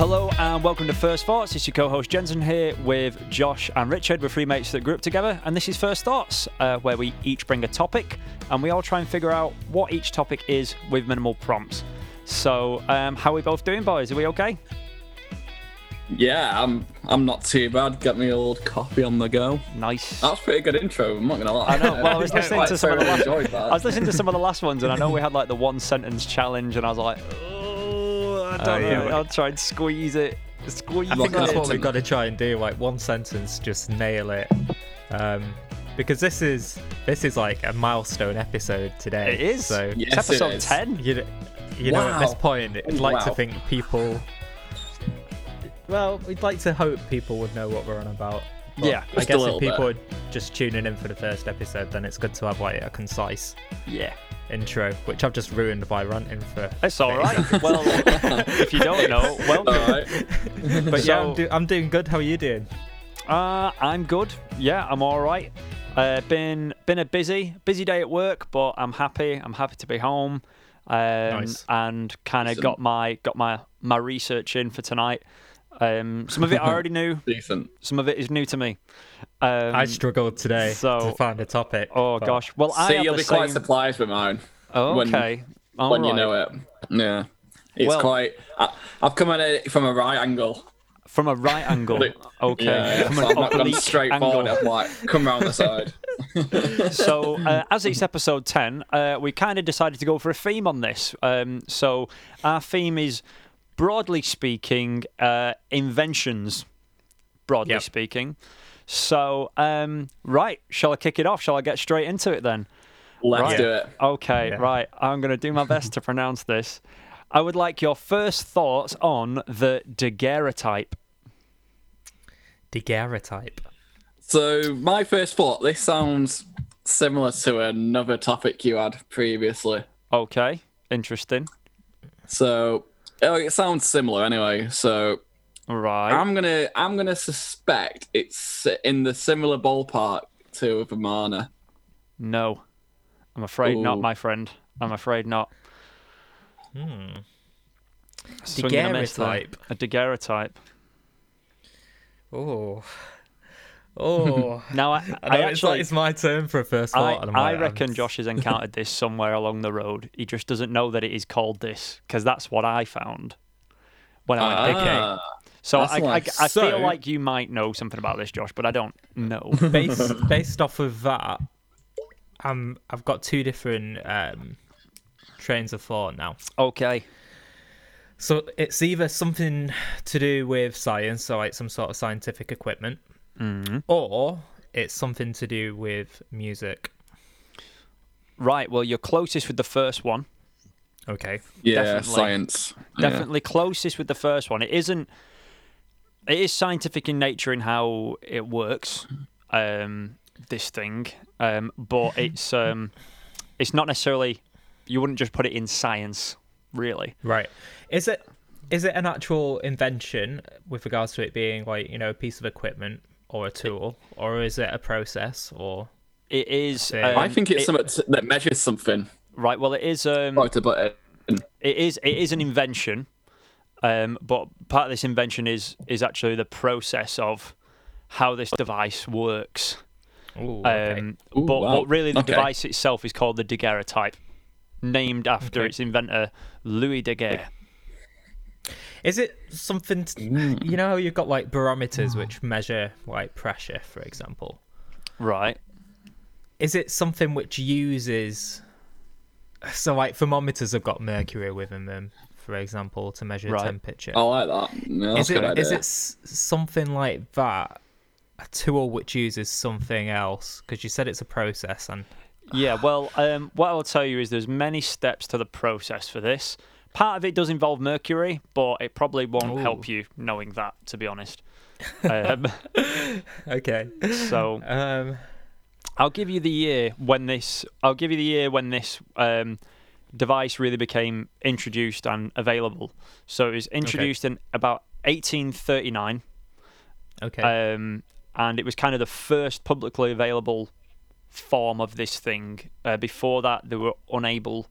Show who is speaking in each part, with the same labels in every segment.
Speaker 1: Hello and welcome to First Thoughts. It's your co-host Jensen here with Josh and Richard. We're three mates that grew up together, and this is First Thoughts, uh, where we each bring a topic and we all try and figure out what each topic is with minimal prompts. So, um, how are we both doing, boys? Are we okay?
Speaker 2: Yeah, I'm I'm not too bad. Got me old coffee on the go.
Speaker 1: Nice.
Speaker 2: That was a pretty good intro. I'm not gonna lie.
Speaker 1: I know. Well, I was listening to some of the
Speaker 2: Oh. thoroughly
Speaker 1: last.
Speaker 2: enjoyed that.
Speaker 1: I was listening to some of the last ones, and I know we had like the one sentence challenge, and I was like, oh, I don't
Speaker 3: yeah,
Speaker 1: know.
Speaker 3: but-
Speaker 1: I'll try and squeeze it. Squeeze
Speaker 3: I think
Speaker 2: Lock
Speaker 3: that's
Speaker 2: it
Speaker 3: what
Speaker 2: to
Speaker 3: we've
Speaker 2: me.
Speaker 3: got to try and do. Like one sentence, just nail it. Um, because this is this is like a milestone episode today.
Speaker 1: It is.
Speaker 3: So
Speaker 2: Yeah.
Speaker 1: it's
Speaker 2: Yes, it
Speaker 1: episode
Speaker 2: is.
Speaker 1: ten.
Speaker 3: you, you know, at this
Speaker 2: Wow.
Speaker 3: point, I'd like to
Speaker 2: Wow.
Speaker 3: think people. Well, we'd like to hope people would know what we're on about. But
Speaker 1: Yeah,
Speaker 2: just
Speaker 3: I
Speaker 2: a
Speaker 3: guess
Speaker 2: little
Speaker 3: if people are just tuning in for the first episode, then it's good to have like a concise
Speaker 1: Yeah.
Speaker 3: intro, which I've just ruined by ranting for.
Speaker 1: It's all right. well, if you don't know, welcome.
Speaker 2: All right.
Speaker 3: But yeah, I'm,
Speaker 1: So-
Speaker 3: do- I'm doing good. How are you doing?
Speaker 1: Uh, I'm good. Yeah, I'm all right. Uh, been been a busy busy day at work, but I'm happy. I'm happy to be home. Um,
Speaker 3: Nice.
Speaker 1: And kind of
Speaker 2: Awesome.
Speaker 1: got my got my my research in for tonight. Um, some of it I already knew.
Speaker 2: Decent.
Speaker 1: Some of it is new to me. Um,
Speaker 3: I struggled today
Speaker 1: so-
Speaker 3: to find a topic.
Speaker 1: oh
Speaker 3: but-
Speaker 1: gosh. Well, I
Speaker 2: See,
Speaker 1: have
Speaker 2: you'll
Speaker 1: the
Speaker 2: be
Speaker 1: same...
Speaker 2: quite surprised with mine when-
Speaker 1: Okay. All
Speaker 2: when you
Speaker 1: right.
Speaker 2: know it. Yeah, it's
Speaker 1: Well-
Speaker 2: quite. I, I've come at it from a right angle.
Speaker 1: From a right angle.
Speaker 2: Like-
Speaker 1: Okay.
Speaker 2: Yeah, yeah.
Speaker 1: From
Speaker 2: So
Speaker 1: an
Speaker 2: I've not gone
Speaker 1: oblique
Speaker 2: straight
Speaker 1: angle.
Speaker 2: forward. I've like come round the side.
Speaker 1: so uh, as it's episode 10 uh, we kind of decided to go for a theme on this um, so our theme is broadly speaking uh, inventions broadly
Speaker 3: Yep.
Speaker 1: speaking so um, right shall i kick it off shall i get straight into it then
Speaker 2: Let's
Speaker 1: Right.
Speaker 2: do it.
Speaker 1: okay
Speaker 3: Yeah.
Speaker 1: right i'm going to do my best to pronounce this i would like your first thoughts on the daguerreotype
Speaker 3: Daguerreotype.
Speaker 2: So my first thought. This sounds similar to another topic you had previously.
Speaker 1: okay interesting
Speaker 2: So oh, it sounds similar anyway. So
Speaker 1: right
Speaker 2: I'm gonna I'm gonna suspect it's in the similar ballpark to Vimana.
Speaker 1: no i'm afraid not
Speaker 2: Ooh.
Speaker 1: my friend i'm afraid not
Speaker 3: Hmm.
Speaker 1: Swing and a miss there.
Speaker 3: Daguerreotype.
Speaker 1: A daguerreotype.
Speaker 3: Oh. Oh.
Speaker 1: Now, I,
Speaker 3: I
Speaker 1: I
Speaker 3: know it's, like,
Speaker 1: actually,
Speaker 3: it's my turn for a first
Speaker 1: I,
Speaker 3: thought. and I'm
Speaker 1: I
Speaker 3: like, I'm
Speaker 1: reckon
Speaker 3: s-
Speaker 1: Josh has encountered this somewhere along the road. He just doesn't know that it is called this because that's what I found when I went picking.
Speaker 2: Ah,
Speaker 1: So
Speaker 2: that's
Speaker 1: I, I, I
Speaker 2: nice.
Speaker 1: feel
Speaker 3: So-
Speaker 1: like you might know something about this, Josh, but I don't know.
Speaker 3: Based, based off of that, um, I've got two different um, trains of thought now.
Speaker 1: okay.
Speaker 3: So it's either something to do with science, so like some sort of scientific equipment, Mm-hmm. or it's something to do with music.
Speaker 1: Right. Well, you're closest with the first one.
Speaker 3: Okay.
Speaker 2: yeah,
Speaker 1: definitely.
Speaker 2: science. Yeah.
Speaker 1: definitely closest with the first one. It isn't. It is scientific in nature in how it works. Um, this thing, um, but it's um, it's not necessarily. You wouldn't just put it in science, really.
Speaker 3: Right. Is it is it an actual invention with regards to it being like, you know, a piece of equipment or a tool? Or is it a process or
Speaker 1: It is.
Speaker 3: Yeah.
Speaker 2: I
Speaker 1: um,
Speaker 2: think it's
Speaker 1: it-
Speaker 2: something t- that measures something.
Speaker 1: right. Well, it is. Um,
Speaker 2: Right to put it. in.
Speaker 1: it is it is an invention um, but part of this invention is is actually the process of how this device works
Speaker 3: Ooh, okay.
Speaker 1: um,
Speaker 2: Ooh,
Speaker 1: but,
Speaker 2: wow.
Speaker 1: but really the
Speaker 2: Okay.
Speaker 1: device itself is called the daguerreotype named after
Speaker 3: Okay.
Speaker 1: its inventor louis daguerre
Speaker 3: Is it something t- you know how you've got like barometers which measure like pressure, for example?
Speaker 1: right
Speaker 3: Is it something which uses so like thermometers have got mercury within them, for example, to measure
Speaker 1: Right.
Speaker 3: temperature?
Speaker 2: I like that. Yeah, that's
Speaker 3: is
Speaker 2: a good
Speaker 3: it
Speaker 2: idea.
Speaker 3: is it s- something like that a tool which uses something else because you said it's a process and
Speaker 1: yeah well um, what i'll tell you is there's many steps to the process for this part of it does involve mercury but it probably won't help you knowing that to be honest um,
Speaker 3: okay
Speaker 1: so
Speaker 3: um
Speaker 1: I'll give you the year when this. I'll give you the year when this um, device really became introduced and available. So it was introduced in about 1839,
Speaker 3: okay
Speaker 1: um, and it was kind of the first publicly available form of this thing. Uh, before that, they were unable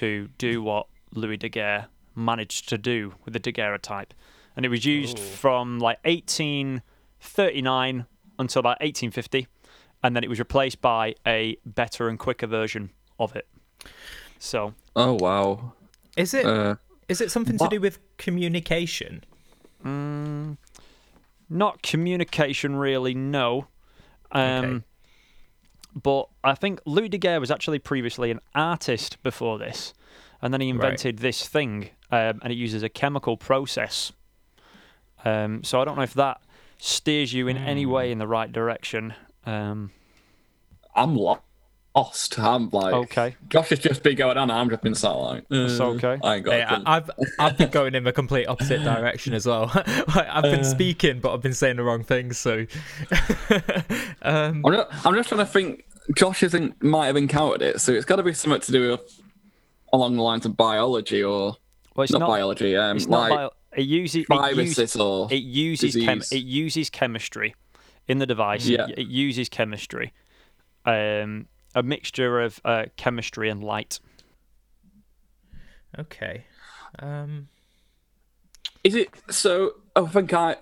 Speaker 1: to do what Louis Daguerre managed to do with the daguerreotype. And it was used from like 1839 until about 1850. And then it was replaced by a better and quicker version of it. So,
Speaker 2: Oh wow.
Speaker 3: Is it? Is
Speaker 2: Uh,
Speaker 3: it something
Speaker 2: what-
Speaker 3: to do with communication?
Speaker 1: not communication really, no. Um,
Speaker 3: Okay.
Speaker 1: But I think Louis Daguerre was actually previously an artist before this. And then he invented this thing, um, and it uses a chemical process. Um, so I don't know if that steers you in any way in the right direction. Um,
Speaker 2: I'm lo- lost. I'm like,
Speaker 1: Okay.
Speaker 2: Josh has just been going on. I'm just been sat like,
Speaker 1: That's
Speaker 2: uh,
Speaker 1: okay.
Speaker 2: I ain't got a
Speaker 3: Yeah,
Speaker 2: clue.
Speaker 3: I- I've I've been going in the complete opposite direction as well. Like, I've been speaking, but I've been saying the wrong things. So
Speaker 2: I'm, just, I'm just trying to think. Josh isn't might have encountered it, so it's got to be something to do with along the lines of biology or
Speaker 1: well, it's
Speaker 2: not,
Speaker 1: not,
Speaker 2: biology. Um,
Speaker 1: It's
Speaker 2: like
Speaker 1: not bio- it uses it
Speaker 2: viruses
Speaker 1: uses,
Speaker 2: or
Speaker 1: it uses chem-
Speaker 2: disease.
Speaker 1: it uses chemistry in the device.
Speaker 2: Yeah.
Speaker 1: It, it uses chemistry, um, a mixture of uh, chemistry and light.
Speaker 3: okay, um,
Speaker 2: Is it so? I think I.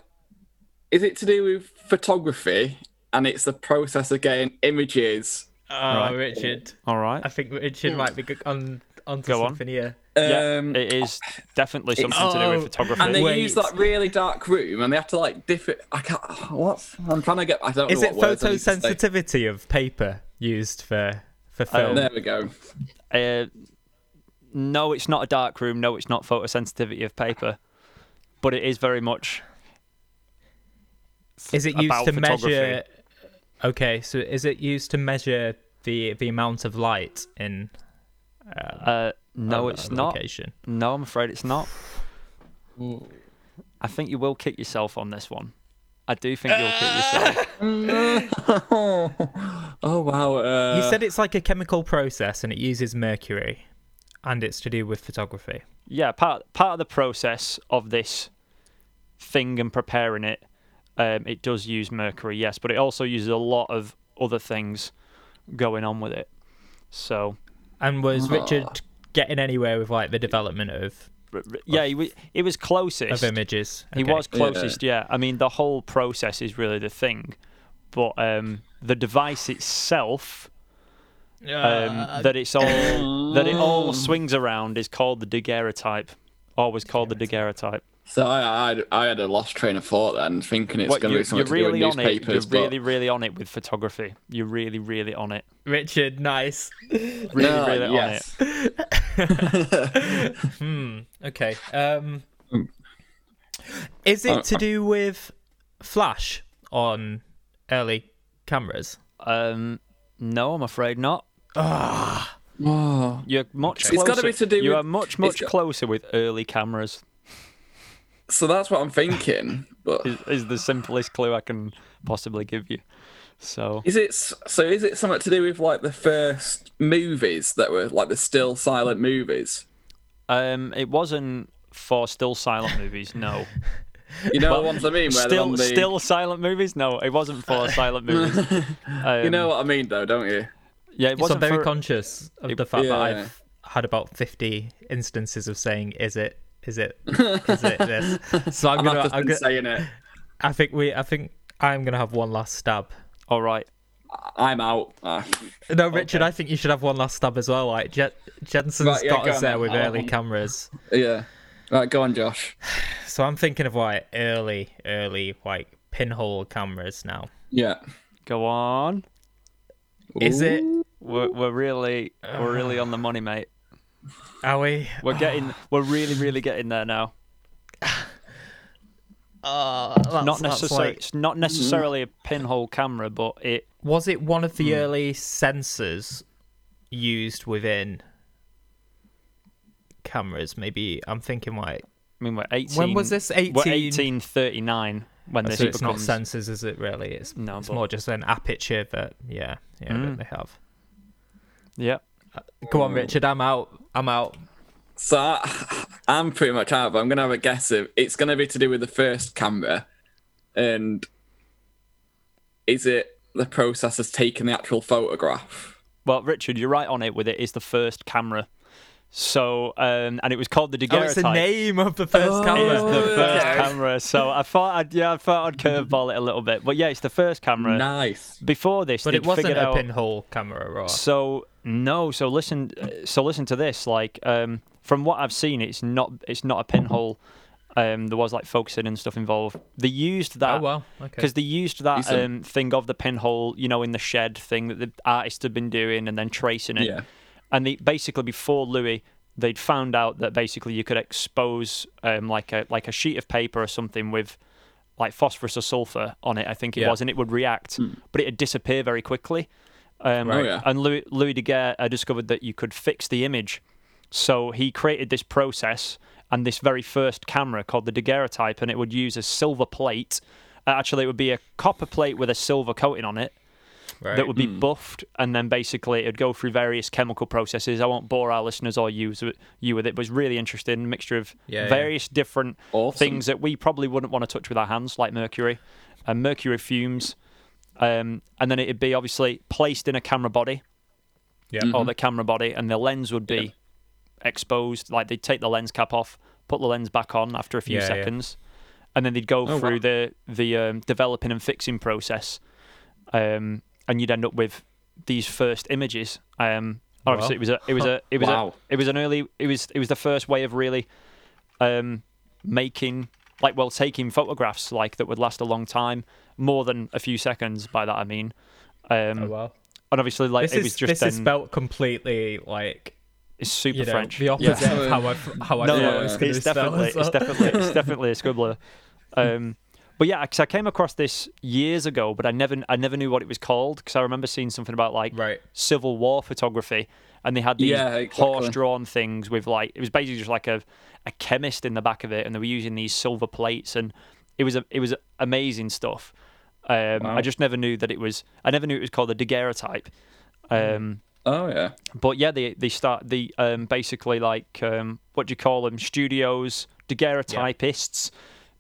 Speaker 2: Is it to do with photography and it's the process of getting images?
Speaker 3: oh, Richard,
Speaker 1: All right.
Speaker 3: I think Richard might be g- on onto
Speaker 1: Go on.
Speaker 3: something here.
Speaker 1: yeah,
Speaker 2: um,
Speaker 1: it is definitely something to do
Speaker 3: Oh,
Speaker 1: with photography.
Speaker 2: and they
Speaker 3: Wait.
Speaker 2: use that really dark room and they have to like diff it. I can't. What? I'm trying to get. I don't
Speaker 3: Is
Speaker 2: know
Speaker 3: it
Speaker 2: what words I need to say.
Speaker 3: photosensitivity of paper used for for film?
Speaker 2: There we go.
Speaker 1: Uh, no, it's not a dark room. No, it's not photosensitivity of paper, but it is very much.
Speaker 3: Is it used
Speaker 1: about
Speaker 3: to
Speaker 1: photography.
Speaker 3: measure? Okay, so is it used to measure the the amount of light in?
Speaker 1: Uh, no,
Speaker 3: a-
Speaker 1: it's
Speaker 3: a
Speaker 1: not.
Speaker 3: Location?
Speaker 1: No, I'm afraid it's not. I think you will kick yourself on this one. I do think you'll kick yourself.
Speaker 2: Oh wow. Uh,
Speaker 3: You said it's like a chemical process and it uses mercury, and it's to do with photography.
Speaker 1: Yeah, part part of the process of this thing and preparing it, um, it does use mercury, yes, but it also uses a lot of other things going on with it. So
Speaker 3: And
Speaker 1: Ah.
Speaker 3: was Richard getting anywhere with like the development of
Speaker 1: r- r- yeah, he was he was
Speaker 3: of
Speaker 1: closest.
Speaker 3: images?
Speaker 1: He
Speaker 3: Okay.
Speaker 1: was closest, yeah. I mean, the whole process is really the thing, but um, the device itself, um, that it's all that it all swings around, is called the daguerreotype, or was called the daguerreotype.
Speaker 2: so I, I I had a lost train of thought then, thinking it's
Speaker 1: What
Speaker 2: going
Speaker 1: you,
Speaker 2: to be something
Speaker 1: you're
Speaker 2: to
Speaker 1: really
Speaker 2: do with
Speaker 1: on it. You're
Speaker 2: newspapers. but
Speaker 1: really, really on it with photography. You're really, really on it.
Speaker 3: Richard, nice.
Speaker 1: Really,
Speaker 2: No,
Speaker 1: really
Speaker 2: yes.
Speaker 1: on it.
Speaker 3: Okay. Um,
Speaker 1: Mm.
Speaker 3: is
Speaker 1: Uh,
Speaker 3: it to do with flash on early cameras?
Speaker 1: Um, no, I'm afraid not.
Speaker 2: Oh,
Speaker 1: You're much
Speaker 2: It's
Speaker 1: closer.
Speaker 2: gotta be to do
Speaker 1: you
Speaker 2: with-
Speaker 1: are much,
Speaker 2: it's
Speaker 1: much
Speaker 2: got-
Speaker 1: closer with early cameras.
Speaker 2: so that's what I'm thinking. But
Speaker 1: Is, is the simplest clue I can possibly give you. So
Speaker 2: Is it s- so? Is it something to do with like the first movies that were like the still silent movies?
Speaker 1: Um, it wasn't for still silent movies. No,
Speaker 2: You know the ones I mean, where they're on
Speaker 1: still
Speaker 2: the,
Speaker 1: still silent movies. No, it wasn't for silent movies. Um,
Speaker 2: You know what I mean, though, don't you?
Speaker 1: yeah, it
Speaker 3: So I'm
Speaker 1: wasn't
Speaker 3: very
Speaker 1: for.
Speaker 3: conscious of the fact that
Speaker 2: yeah.
Speaker 3: I've had about 50 instances of saying, "Is it? Is it? Is it this?" So I'm,
Speaker 2: I'm
Speaker 3: gonna.
Speaker 2: not just
Speaker 3: I'm
Speaker 2: been
Speaker 3: gonna
Speaker 2: saying it.
Speaker 3: I think we. I think I'm gonna have one last stab.
Speaker 1: All right.
Speaker 2: I'm out. Ah.
Speaker 3: No, Richard, I think you should have one last stab as well. Like Je- Jensen's
Speaker 2: Right, yeah,
Speaker 3: got
Speaker 2: go
Speaker 3: us
Speaker 2: on
Speaker 3: there
Speaker 2: then.
Speaker 3: with
Speaker 2: I'll have
Speaker 3: early
Speaker 2: one.
Speaker 3: cameras,
Speaker 2: Yeah. Right, go on, Josh.
Speaker 3: so I'm thinking of like early, early like pinhole cameras now.
Speaker 2: Yeah.
Speaker 1: Go on.
Speaker 3: Is it?
Speaker 1: We're, we're really we're really on the money, mate.
Speaker 3: Are we?
Speaker 1: We're getting we're really really getting there now.
Speaker 3: Uh,
Speaker 1: Not necessarily
Speaker 3: Like,
Speaker 1: it's not
Speaker 2: Mm-hmm.
Speaker 1: necessarily a pinhole camera, but it
Speaker 3: was it one of the early sensors used within cameras? Maybe I'm thinking like
Speaker 1: I mean we're 18
Speaker 3: When was this?
Speaker 1: We're
Speaker 3: 18?
Speaker 1: 1839 when this
Speaker 3: so it's
Speaker 1: becomes
Speaker 3: not sensors, is it? Really, it's
Speaker 1: No,
Speaker 3: it's
Speaker 1: but- Hmm.
Speaker 3: more just an aperture that yeah yeah that they have.
Speaker 1: Yeah.
Speaker 3: Go on, Richard. I'm out. I'm out.
Speaker 2: So I, I'm pretty much out. But I'm gonna have a guess of it's gonna be to do with the first camera, and is it the process of taking the actual photograph?
Speaker 1: Well, Richard, you're right on it with it is the first camera. So, um, and it was called the
Speaker 3: Oh, it's
Speaker 1: daguerreotype.
Speaker 3: the name of the first
Speaker 2: Oh.
Speaker 1: It is
Speaker 3: camera.
Speaker 1: the first
Speaker 2: Okay.
Speaker 1: camera. So I thought I'd yeah, I thought I'd curveball it a little bit. But yeah, it's the first camera.
Speaker 2: Nice.
Speaker 1: Before this,
Speaker 3: But
Speaker 1: they'd
Speaker 3: it wasn't
Speaker 1: figured
Speaker 3: a
Speaker 1: out.
Speaker 3: pinhole camera, or
Speaker 1: So no, so listen, uh, so listen to this. Like um, from what I've seen, it's not it's not a pinhole. Um, there was like focusing and stuff involved. They used that
Speaker 3: oh well, okay.
Speaker 1: because they used that
Speaker 2: Decent.
Speaker 1: um, thing of the pinhole, you know, in the shed thing that the artist had been doing and then tracing it.
Speaker 2: Yeah.
Speaker 1: And they basically before Louis, they'd found out that basically you could expose um, like a like a sheet of paper or something with like phosphorus or sulfur on it. I think it
Speaker 3: Yeah.
Speaker 1: was, and it would react, but it'd disappear very quickly. Um,
Speaker 2: Hmm. Right. Oh, yeah.
Speaker 1: And Louis, Louis Daguerre uh, discovered that you could fix the image. So he created this process and this very first camera called the daguerreotype, and it would use a silver plate. Uh, actually, it would be a copper plate with a silver coating on it
Speaker 3: right.
Speaker 1: that would be buffed, and then basically it'd go through various chemical processes. I won't bore our listeners or you, you with it, but it's really interesting mixture of
Speaker 3: Yeah, yeah.
Speaker 1: various different
Speaker 2: Awesome.
Speaker 1: things that we probably wouldn't want to touch with our hands, like mercury and mercury fumes. Um, and then it'd be obviously placed in a camera body
Speaker 3: yeah.
Speaker 1: or the camera body, and the lens would be exposed. Like they'd take the lens cap off, put the lens back on after a few
Speaker 3: Yeah, Oh, yeah.
Speaker 1: seconds, and then they'd go
Speaker 2: wow.
Speaker 1: through the the um, developing and fixing process, um, and you'd end up with these first images. Um, obviously,
Speaker 3: Wow.
Speaker 1: it was a it was a it was
Speaker 2: Wow.
Speaker 1: a, it was an early it was it was the first way of really um, making like well taking photographs like that would last a long time, more than a few seconds. By that I mean. Um,
Speaker 3: Oh well.
Speaker 1: and obviously, like
Speaker 3: This
Speaker 1: it was
Speaker 3: is
Speaker 1: just
Speaker 3: this
Speaker 1: then,
Speaker 3: is spelt completely like
Speaker 1: it's super
Speaker 3: you know
Speaker 1: French.
Speaker 3: the opposite
Speaker 2: Yeah.
Speaker 3: of how I f- how I
Speaker 1: no,
Speaker 3: thought
Speaker 2: yeah.
Speaker 3: it was
Speaker 1: it's,
Speaker 3: going to be spelled.
Speaker 1: definitely,
Speaker 3: as well.
Speaker 1: it's definitely, it's definitely a scribbler. Um, but yeah, because I came across this years ago, but I never, I never knew what it was called because I remember seeing something about like
Speaker 3: Right.
Speaker 1: Civil War photography, and they had these
Speaker 2: Yeah, exactly.
Speaker 1: horse-drawn things with like it was basically just like a, a chemist in the back of it, and they were using these silver plates, and it was a, it was amazing stuff. Um, I just never knew that it was. I never knew it was called the daguerreotype. Um,
Speaker 3: Mm.
Speaker 2: Oh yeah.
Speaker 1: but yeah, they they start the um, basically like um, what do you call them? Studios, daguerreotypists.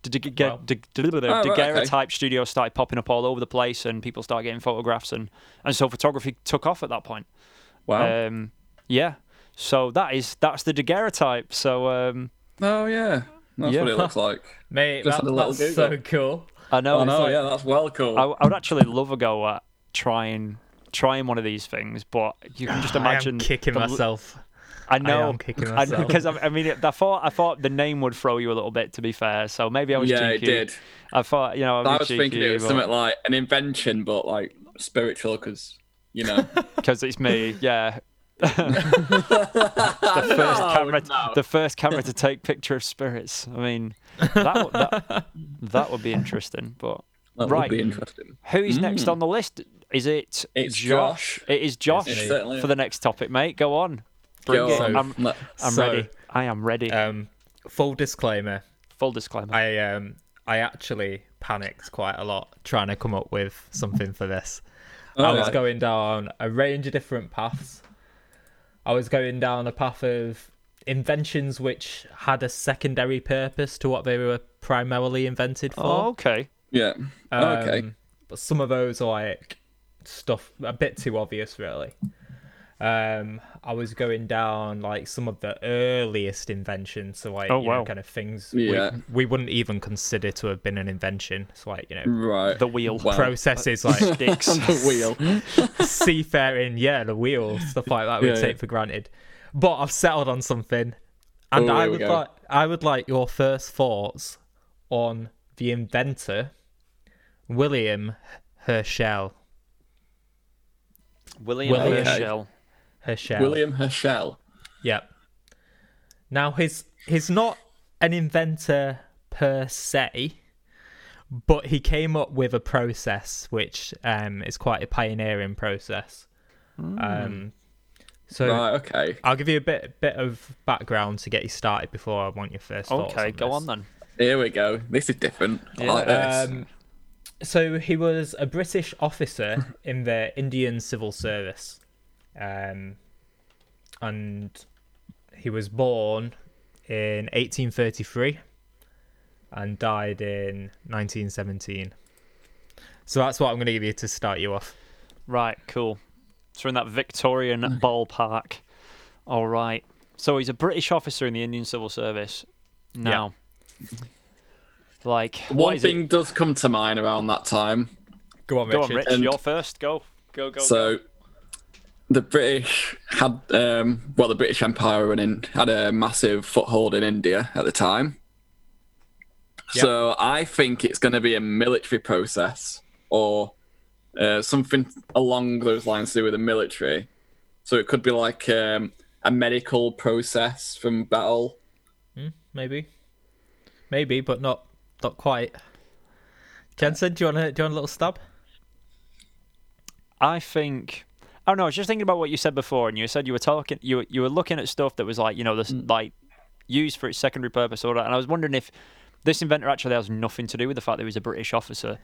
Speaker 1: d- d-
Speaker 3: Wow.
Speaker 1: d- d- d-
Speaker 2: Oh, right, okay.
Speaker 1: Daguerreotype studios started popping up all over the place, and people started getting photographs, and and so photography took off at that point.
Speaker 2: Wow.
Speaker 1: Um, yeah, so that is that's the daguerreotype. So um,
Speaker 2: oh yeah. That's
Speaker 1: yeah.
Speaker 2: what it looks like.
Speaker 3: Mate,
Speaker 2: Just
Speaker 3: that,
Speaker 2: had a little
Speaker 3: that's so
Speaker 2: Google.
Speaker 3: cool.
Speaker 1: I know,
Speaker 2: Oh
Speaker 1: it's
Speaker 2: no,
Speaker 1: like-
Speaker 2: yeah, that's well cool.
Speaker 1: I, I would actually love a go at trying trying one of these things, but you can just imagine
Speaker 3: I am kicking
Speaker 1: the l-
Speaker 3: myself.
Speaker 1: I know,
Speaker 3: am kicking
Speaker 1: and-
Speaker 3: myself.
Speaker 1: because I, I mean, it- I thought I thought the name would throw you a little bit. To be fair, so maybe I was
Speaker 2: yeah,
Speaker 1: cheeky.
Speaker 2: it did.
Speaker 1: I thought you know I,
Speaker 2: I was thinking it was something like an invention, but like spiritual, because you know.
Speaker 1: because it's me. Yeah, the first camera, the first camera to take picture of spirits. I mean, that would, that, that would be interesting. But
Speaker 2: That
Speaker 1: Right.
Speaker 2: would be interesting.
Speaker 1: who is next on the list? Is it
Speaker 2: Mm. It's Josh.
Speaker 1: It is Josh
Speaker 2: It's me. Certainly.
Speaker 1: for the next topic, mate. Go on, bring
Speaker 2: Go
Speaker 1: it.
Speaker 2: on. uh,
Speaker 1: I'm,
Speaker 2: Let-
Speaker 1: I'm
Speaker 3: So-
Speaker 1: ready. I am ready.
Speaker 3: Um, full disclaimer:
Speaker 1: Full disclaimer.
Speaker 3: I um, I actually panicked quite a lot trying to come up with something for this. I was
Speaker 2: Alright.
Speaker 3: going down a range of different paths. I was going down a path of inventions which had a secondary purpose to what they were primarily invented for.
Speaker 1: oh, okay.
Speaker 2: Yeah. Oh, okay.
Speaker 3: Um, But some of those are like stuff a bit too obvious, really. Um, I was going down like some of the earliest inventions, so like
Speaker 1: Oh,
Speaker 3: you
Speaker 1: wow.
Speaker 3: know, kind of things
Speaker 2: Yeah.
Speaker 3: we, we wouldn't even consider to have been an invention. So like you know,
Speaker 2: Right.
Speaker 1: The wheel
Speaker 2: Wow.
Speaker 3: processes like
Speaker 1: dicks.
Speaker 2: the wheel.
Speaker 3: seafaring, yeah, the wheel stuff like that we
Speaker 2: Yeah,
Speaker 3: take
Speaker 2: yeah.
Speaker 3: for granted. But I've settled on something, and
Speaker 2: Oh,
Speaker 3: I
Speaker 2: here we
Speaker 3: would
Speaker 2: go.
Speaker 3: like I would like your first thoughts on the inventor William Herschel.
Speaker 1: William,
Speaker 3: William.
Speaker 1: Herschel.
Speaker 3: Herschel.
Speaker 2: William Herschel.
Speaker 3: Yep. Now he's he's not an inventor per se, but he came up with a process which um, is quite a pioneering process.
Speaker 1: Hmm.
Speaker 3: Um, so
Speaker 2: Right. Okay.
Speaker 3: I'll give you a bit bit of background to get you started before I want your first thoughts.
Speaker 1: Okay, go
Speaker 3: this.
Speaker 1: on then.
Speaker 2: Here we go. This is different. I like this.
Speaker 3: Um, so he was a British officer in the Indian Civil Service, um, and he was born in 1833 and died in 1917. So that's what I'm going to give you to start you off.
Speaker 1: Right, cool. So we're in that Victorian ballpark. All right. So he's a British officer in the Indian Civil Service now. Like what
Speaker 2: One
Speaker 1: is it?
Speaker 2: thing does come to mind around that time.
Speaker 3: Go on,
Speaker 1: Go on,
Speaker 3: Richard.
Speaker 1: Rich.
Speaker 2: And-
Speaker 1: You're first. Go, go, go. go.
Speaker 2: So the British had, um, well, the British Empire running had a massive foothold in India at the time. So I think it's going to be a military process or uh, something along those lines to do with the military. So it could be like um, a medical process from battle.
Speaker 3: Maybe, maybe, but not not quite. Jensen, do you want to do you want a little stab?
Speaker 1: I think oh, I don't know. I was just thinking about what you said before, and you said you were talking, you were- you were looking at stuff that was like you know this
Speaker 2: Mm.
Speaker 1: like used for its secondary purpose or that, and I was wondering if this inventor actually has nothing to do with the fact that he was a British officer,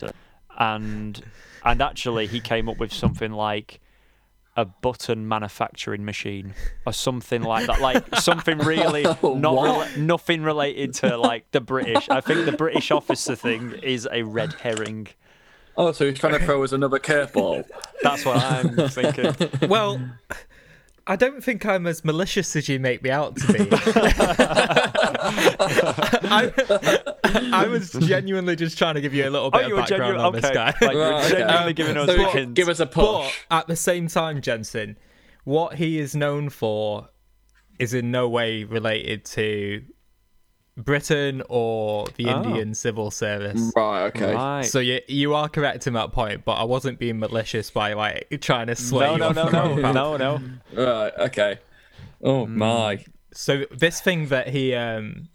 Speaker 1: and and actually he came up with something like a button manufacturing machine or something like that like something really not
Speaker 2: What?
Speaker 1: rela- nothing related to like the british i think the british officer thing is a red herring
Speaker 2: Oh, so he's trying to throw us another curveball.
Speaker 1: that's what i'm thinking
Speaker 3: Well, I don't think I'm as malicious as you make me out to be. I, I was genuinely just trying to give you a little bit of background
Speaker 1: Oh, genuine-
Speaker 3: on this guy.
Speaker 1: Like, you were
Speaker 2: Right, okay.
Speaker 1: genuinely
Speaker 2: Um,
Speaker 1: giving us
Speaker 2: so
Speaker 1: a hint.
Speaker 2: give us a
Speaker 3: But
Speaker 2: push.
Speaker 3: at the same time, Jensen, what he is known for is in no way related to Britain or the
Speaker 1: Oh. Mm,
Speaker 3: Indian Civil Service.
Speaker 2: Right, okay.
Speaker 1: Right.
Speaker 3: So you you are correct in that point, but I wasn't being malicious by like trying to sway
Speaker 1: no,
Speaker 3: you
Speaker 1: no,
Speaker 3: off
Speaker 1: no,
Speaker 3: the wrong
Speaker 1: no,
Speaker 3: path.
Speaker 1: no, no.
Speaker 2: Right, okay. Oh,
Speaker 1: Hmm.
Speaker 2: my.
Speaker 3: So this thing that he um,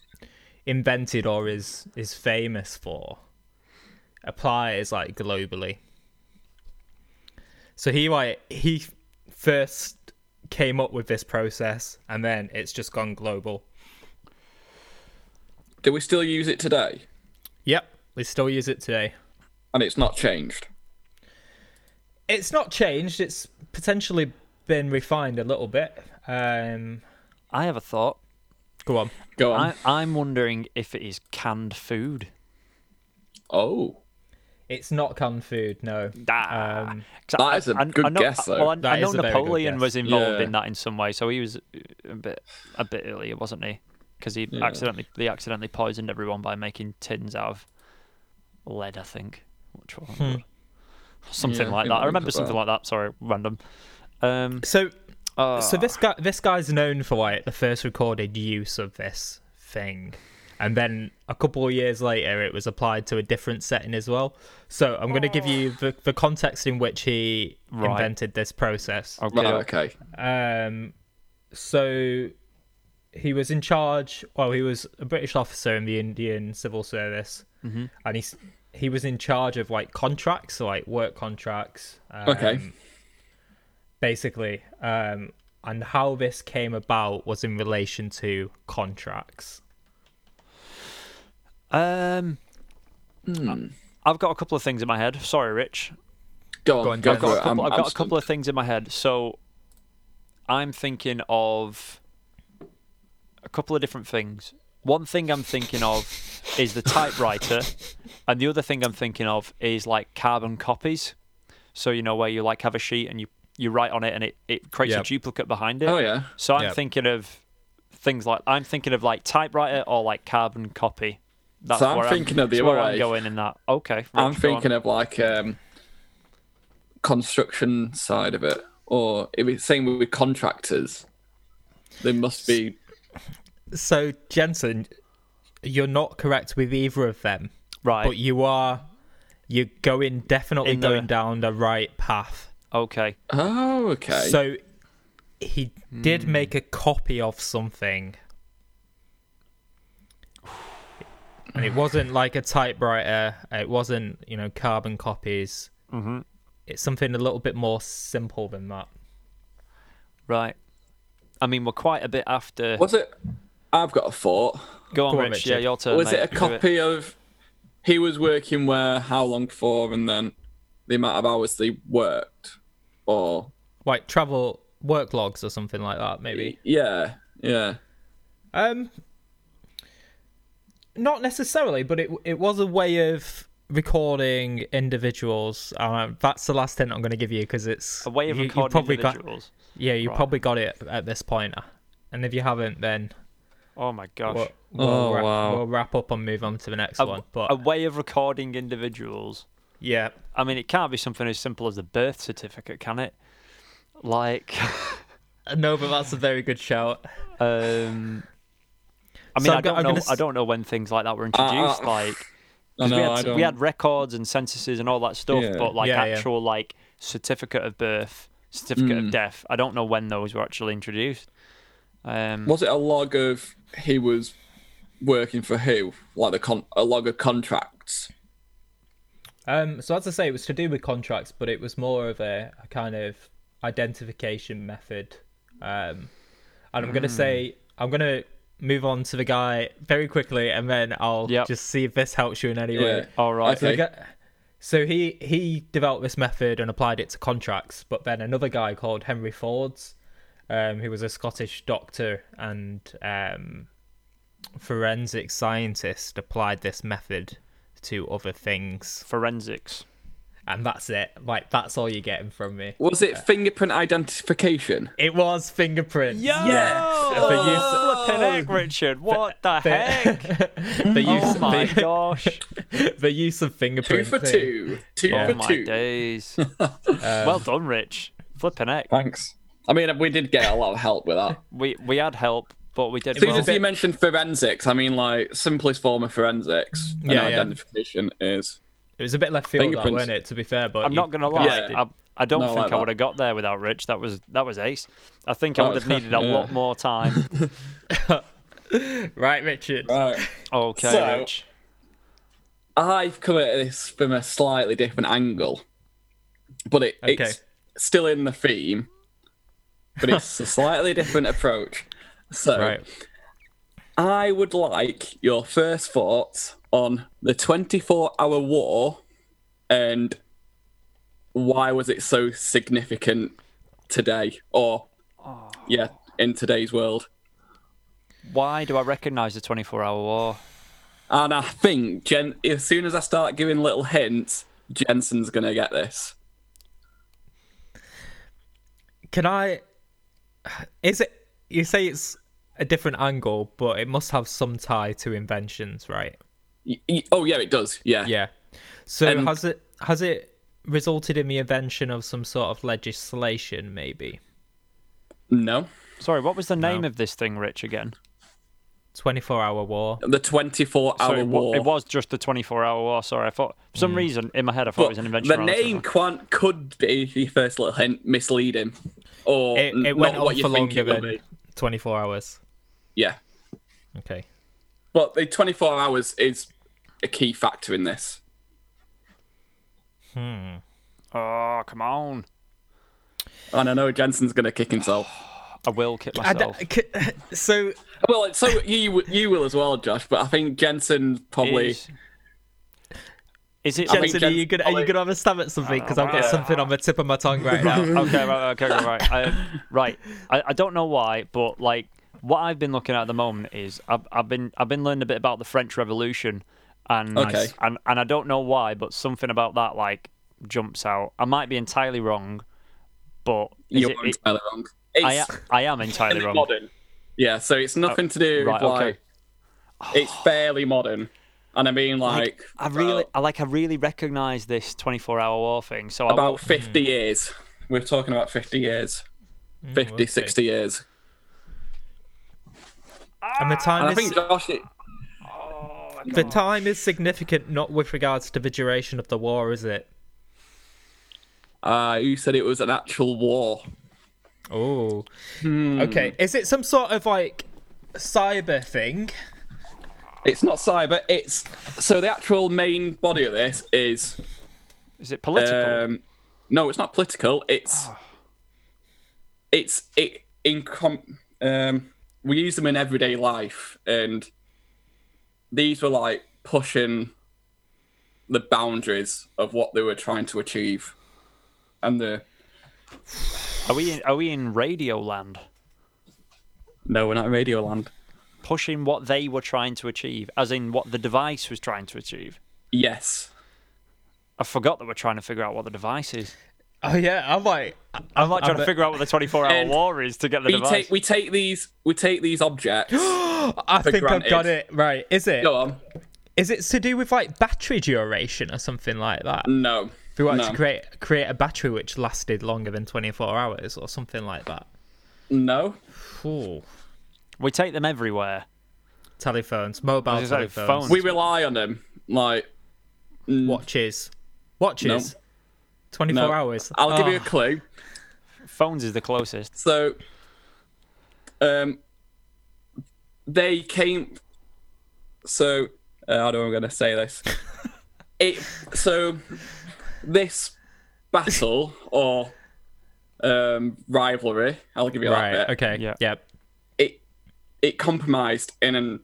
Speaker 3: invented or is is famous for applies like globally. So he like he first came up with this process, and then it's just gone global.
Speaker 2: Do we still use it today?
Speaker 3: Yep, we still use it today.
Speaker 2: And it's not changed.
Speaker 3: It's not changed. It's potentially been refined a little bit. Um,
Speaker 1: I have a thought.
Speaker 3: go on.
Speaker 2: Go on.
Speaker 1: I, I'm wondering if it is canned food.
Speaker 2: Oh.
Speaker 3: It's not canned food. No.
Speaker 1: Ah,
Speaker 3: Um,
Speaker 1: 'Cause
Speaker 2: That is a good
Speaker 1: know,
Speaker 2: guess, though.
Speaker 1: Well, I,
Speaker 3: That
Speaker 1: I know
Speaker 3: is a very good
Speaker 1: Napoleon
Speaker 3: guess.
Speaker 1: was involved
Speaker 2: Yeah.
Speaker 1: in that in some way, so he was a bit a bit earlier, wasn't he? Because he accidentally they accidentally poisoned everyone by making tins out of lead, I think. Which wasn't good. Something
Speaker 2: Yeah, I
Speaker 1: like
Speaker 2: think
Speaker 1: that.
Speaker 2: that
Speaker 1: I remember
Speaker 2: rings a
Speaker 1: something
Speaker 2: bell.
Speaker 1: like that. Sorry, random. Um,
Speaker 3: So
Speaker 1: uh,
Speaker 3: So this guy, this guy's known for like the first recorded use of this thing, and then a couple of years later, it was applied to a different setting as well. So I'm going to give you the, the context in which he
Speaker 1: Oh. Right.
Speaker 3: invented this process.
Speaker 1: okay,
Speaker 2: Right, okay.
Speaker 3: Um, so he was in charge. Well, he was a British officer in the Indian Civil Service,
Speaker 1: Mm-hmm.
Speaker 3: and he's he was in charge of like contracts, so, like work contracts. Um,
Speaker 2: Okay.
Speaker 3: basically. Um, and how this came about was in relation to contracts.
Speaker 1: Um,
Speaker 2: Hmm.
Speaker 1: I've got a couple of things in my head. Sorry, Rich.
Speaker 2: Go on.
Speaker 3: Go on,
Speaker 2: go
Speaker 3: I've
Speaker 1: I've got, a
Speaker 2: for it. I'm-
Speaker 1: couple, I've
Speaker 2: um, I'm
Speaker 1: got a
Speaker 2: stumped.
Speaker 1: couple of things in my head. So I'm thinking of a couple of different things. One thing I'm thinking of is the typewriter, and the other thing I'm thinking of is like carbon copies. So you know where you like have a sheet and you you write on it and it, it creates
Speaker 3: Yep.
Speaker 1: a duplicate behind it.
Speaker 2: Oh, yeah.
Speaker 1: So I'm
Speaker 3: Yep.
Speaker 1: thinking of things like I'm thinking of like typewriter or like carbon copy. That's
Speaker 2: So I'm
Speaker 1: where
Speaker 2: thinking of the
Speaker 1: that's
Speaker 2: other
Speaker 1: where I'm
Speaker 2: way.
Speaker 1: going in that. Okay, Rich,
Speaker 2: I'm
Speaker 1: go on.
Speaker 2: thinking of like um, construction side of it, or if it's same with contractors, they must be.
Speaker 3: So Jensen, you're not correct with either of them,
Speaker 1: right.
Speaker 3: but you are you're going definitely
Speaker 1: In the-
Speaker 3: going down the right path.
Speaker 1: okay.
Speaker 2: Oh, okay.
Speaker 3: So he did
Speaker 1: Hmm.
Speaker 3: make a copy of something. And it wasn't like a typewriter. It wasn't, you know, carbon copies. Mm-hmm. It's something a little bit more simple than that.
Speaker 1: Right. I mean, we're quite a bit after.
Speaker 2: was it? I've got a thought.
Speaker 1: Go on,
Speaker 3: Go on,
Speaker 1: Rich.
Speaker 3: Richard.
Speaker 1: Yeah, your turn.
Speaker 2: Was
Speaker 1: mate.
Speaker 2: it a
Speaker 1: Do
Speaker 2: copy of? He was working where? How long for? And then the amount of hours they worked, or
Speaker 3: Like travel work logs or something like that, maybe.
Speaker 2: yeah, yeah.
Speaker 3: Um, not necessarily, but it it was a way of recording individuals. Uh, that's the last hint I'm going to give you because it's
Speaker 1: A way of
Speaker 3: you- you've
Speaker 1: recording
Speaker 3: probably got-
Speaker 1: individuals.
Speaker 3: Yeah, you
Speaker 1: Right.
Speaker 3: probably got it at this point. And if you haven't, then
Speaker 1: Oh my gosh.
Speaker 3: we'll, we'll,
Speaker 2: Oh,
Speaker 3: wrap,
Speaker 2: wow.
Speaker 3: we'll wrap up and move on to the next
Speaker 1: A,
Speaker 3: one.
Speaker 1: a
Speaker 3: But
Speaker 1: way of recording individuals.
Speaker 3: yeah,
Speaker 1: I mean, it can't be something as simple as the birth certificate, can it? Like,
Speaker 3: no, but that's a very good shout.
Speaker 1: um, I
Speaker 3: So
Speaker 1: mean, I
Speaker 3: I'm go-
Speaker 1: don't
Speaker 3: I'm
Speaker 1: know.
Speaker 3: gonna s-
Speaker 1: I don't know when things like that were introduced. like,
Speaker 2: Uh, I
Speaker 1: 'cause
Speaker 2: know,
Speaker 1: we,
Speaker 2: I
Speaker 1: had,
Speaker 2: don't.
Speaker 1: we had records and censuses and all that stuff,
Speaker 2: Yeah.
Speaker 1: but like
Speaker 3: Yeah, yeah.
Speaker 1: actual like certificate of birth, certificate
Speaker 2: Hmm.
Speaker 1: of death. I don't know when those were actually introduced. Um,
Speaker 2: Was it a log of he was working for who? Like the con- a log of contracts.
Speaker 3: Um, so as I say, it was to do with contracts, but it was more of a, a kind of identification method. Um, and I'm gonna say I'm gonna move on to the guy very quickly, and then I'll
Speaker 1: Yep.
Speaker 3: just see if this helps you in any
Speaker 2: Yeah.
Speaker 3: way.
Speaker 1: all Oh, right.
Speaker 3: So, the
Speaker 2: Okay.
Speaker 3: guy- so he he developed this method and applied it to contracts, but then another guy called Henry Fords, um, who was a Scottish doctor and um, forensic scientist, applied this method to other things
Speaker 1: Forensics.
Speaker 3: and that's it. Like that's all you're getting from me.
Speaker 2: Was it fingerprint identification?
Speaker 3: It was fingerprints.
Speaker 1: Yes.
Speaker 3: For use,
Speaker 2: Oh!
Speaker 1: Flipping egg, Richard. What the
Speaker 3: for-
Speaker 1: heck?
Speaker 3: the use,
Speaker 1: Oh my
Speaker 3: the,
Speaker 1: gosh.
Speaker 3: the use of
Speaker 2: Two
Speaker 3: fingerprints.
Speaker 2: for
Speaker 3: thing.
Speaker 2: two. Two
Speaker 1: Oh
Speaker 2: for
Speaker 1: my
Speaker 2: two. Um,
Speaker 1: days. well done, Rich. Flipping egg.
Speaker 2: Thanks. I mean, we did get a lot of help with that.
Speaker 1: We we had help, but we did
Speaker 2: As soon
Speaker 1: well.
Speaker 2: as you mentioned forensics, I mean, like simplest form of forensics and
Speaker 3: Yeah, yeah.
Speaker 2: identification is
Speaker 3: It was a bit left field, that,
Speaker 2: Fingerprints.
Speaker 3: weren't it? To be fair, but
Speaker 1: I'm
Speaker 3: you
Speaker 1: not gonna lie.
Speaker 3: guys
Speaker 2: Yeah.
Speaker 3: did-
Speaker 1: I, I don't
Speaker 2: No,
Speaker 1: think
Speaker 2: like
Speaker 1: I
Speaker 2: that.
Speaker 1: would have got there without Rich. That was that was ace. I think I
Speaker 2: That
Speaker 1: would have
Speaker 2: was-
Speaker 1: needed a
Speaker 2: yeah.
Speaker 1: lot more time.
Speaker 3: Right, Richard.
Speaker 2: right.
Speaker 1: Okay,
Speaker 2: So-
Speaker 1: Rich.
Speaker 2: I've come at this from a slightly different angle, but it,
Speaker 3: Okay.
Speaker 2: it's still in the theme, but it's a slightly different approach. So
Speaker 3: Right.
Speaker 2: I would like your first thoughts on the 24 hour war and why was it so significant today or yeah in today's world
Speaker 1: Why do I recognise the 24-hour war?
Speaker 2: and i think Jen, as soon as i start giving little hints jensen's gonna get this
Speaker 3: Can I? Is it? You say it's a different angle, but it must have some tie to inventions, right?
Speaker 2: Y- y- oh yeah it does yeah
Speaker 3: Yeah. So
Speaker 2: And-
Speaker 3: has it has it resulted in the invention of some sort of legislation, maybe?
Speaker 2: no
Speaker 1: Sorry, what was the name of this thing, Rich? Again,
Speaker 3: 24 hour war.
Speaker 2: the 24 hour
Speaker 1: Sorry, Oh, it, wa-
Speaker 2: war
Speaker 1: it was just the 24-hour war. Sorry, I thought for some reason in my head I thought it was an invention.
Speaker 2: Hmm. the
Speaker 1: around 24.
Speaker 2: name quant could be your first little hint misleading or
Speaker 3: It, it
Speaker 2: not
Speaker 3: went on
Speaker 2: what you
Speaker 3: for
Speaker 2: think
Speaker 3: longer
Speaker 2: it would
Speaker 3: than
Speaker 2: be
Speaker 3: 24 hours.
Speaker 2: yeah
Speaker 3: Okay.
Speaker 2: But the 24 hours is a key factor in this.
Speaker 1: Oh, come on!
Speaker 2: And I know Jensen's going to kick himself.
Speaker 1: I will kick myself.
Speaker 3: so
Speaker 2: Well, it's so you you will as well, Josh. But I think Jensen probably
Speaker 1: Is- is it?
Speaker 3: Jensen, are
Speaker 2: Jensen
Speaker 3: you gonna are you
Speaker 2: probably-
Speaker 3: gonna have a stab at
Speaker 2: Oh,
Speaker 3: something? Because I've got
Speaker 1: Yeah.
Speaker 3: something on the tip of my tongue right now.
Speaker 1: oh, okay, right, okay, right, right. I, right. I, I don't know why, but like what I've been looking at at the moment is I've, I've been I've been learning a bit about the French Revolution, and
Speaker 2: Okay.
Speaker 1: and and I don't know why, but something about that like jumps out. I might be entirely wrong, but is
Speaker 2: you're
Speaker 1: it, it-
Speaker 2: entirely wrong.
Speaker 1: I
Speaker 2: It's
Speaker 1: a- I am entirely
Speaker 2: fairly
Speaker 1: wrong. Oh,
Speaker 2: modern. Yeah, so it's nothing to do
Speaker 1: right,
Speaker 2: with
Speaker 1: okay.
Speaker 2: like it's fairly modern, and I mean like,
Speaker 1: I really
Speaker 2: about-
Speaker 1: I like I really recognise this twenty four hour war thing. So I will,
Speaker 2: about 50 years. We're talking about 50 years, 50,
Speaker 3: okay.
Speaker 2: 60 years.
Speaker 3: And the time
Speaker 2: And I
Speaker 3: is
Speaker 2: think Josh, it,
Speaker 3: the time is significant not with regards to the duration of the war, is it?
Speaker 2: uh, you said it was an actual war.
Speaker 3: Oh. Okay.
Speaker 2: Hmm.
Speaker 3: Is it some sort of like cyber thing?
Speaker 2: It's not cyber. It's so the actual main body of this is
Speaker 1: is it political?
Speaker 2: Um, no, it's not political. It's it's it in com- um, we use them in everyday life, and these were like pushing the boundaries of what they were trying to achieve, and the
Speaker 1: are we in, are we in radio land?
Speaker 2: no, we're not in Radio Land.
Speaker 1: Pushing what they were trying to achieve, as in what the device was trying to achieve.
Speaker 2: Yes,
Speaker 1: I forgot that we're trying to figure out what the device is.
Speaker 3: Oh yeah, I'm like,
Speaker 1: I'm like trying to figure out what the 24 hour
Speaker 2: And
Speaker 1: war is to get the
Speaker 2: We
Speaker 1: device.
Speaker 2: take we take these we take these objects.
Speaker 3: I think I've
Speaker 2: granted.
Speaker 3: got it right. Is it? Is
Speaker 2: Go on.
Speaker 3: it to do with like battery duration or something like that?
Speaker 2: No.
Speaker 3: We wanted
Speaker 2: no.
Speaker 3: to create create a battery which lasted longer than 24 hours or something like that.
Speaker 2: No.
Speaker 3: Ooh.
Speaker 1: we take them everywhere.
Speaker 3: Telephones, mobile
Speaker 1: was gonna
Speaker 3: telephones,
Speaker 1: say phones.
Speaker 2: We rely on them. Like
Speaker 3: watches, watches. 24
Speaker 2: No.
Speaker 3: hours.
Speaker 2: I'll give
Speaker 3: Oh,
Speaker 2: you a clue.
Speaker 1: Phones is the closest.
Speaker 2: So, um, they came. So, uh, how do I'm going to say this? it so this battle or um rivalry. I'll give you that
Speaker 3: Right.
Speaker 2: bit.
Speaker 3: Okay.
Speaker 1: Yeah.
Speaker 3: Yep.
Speaker 2: It it compromised in an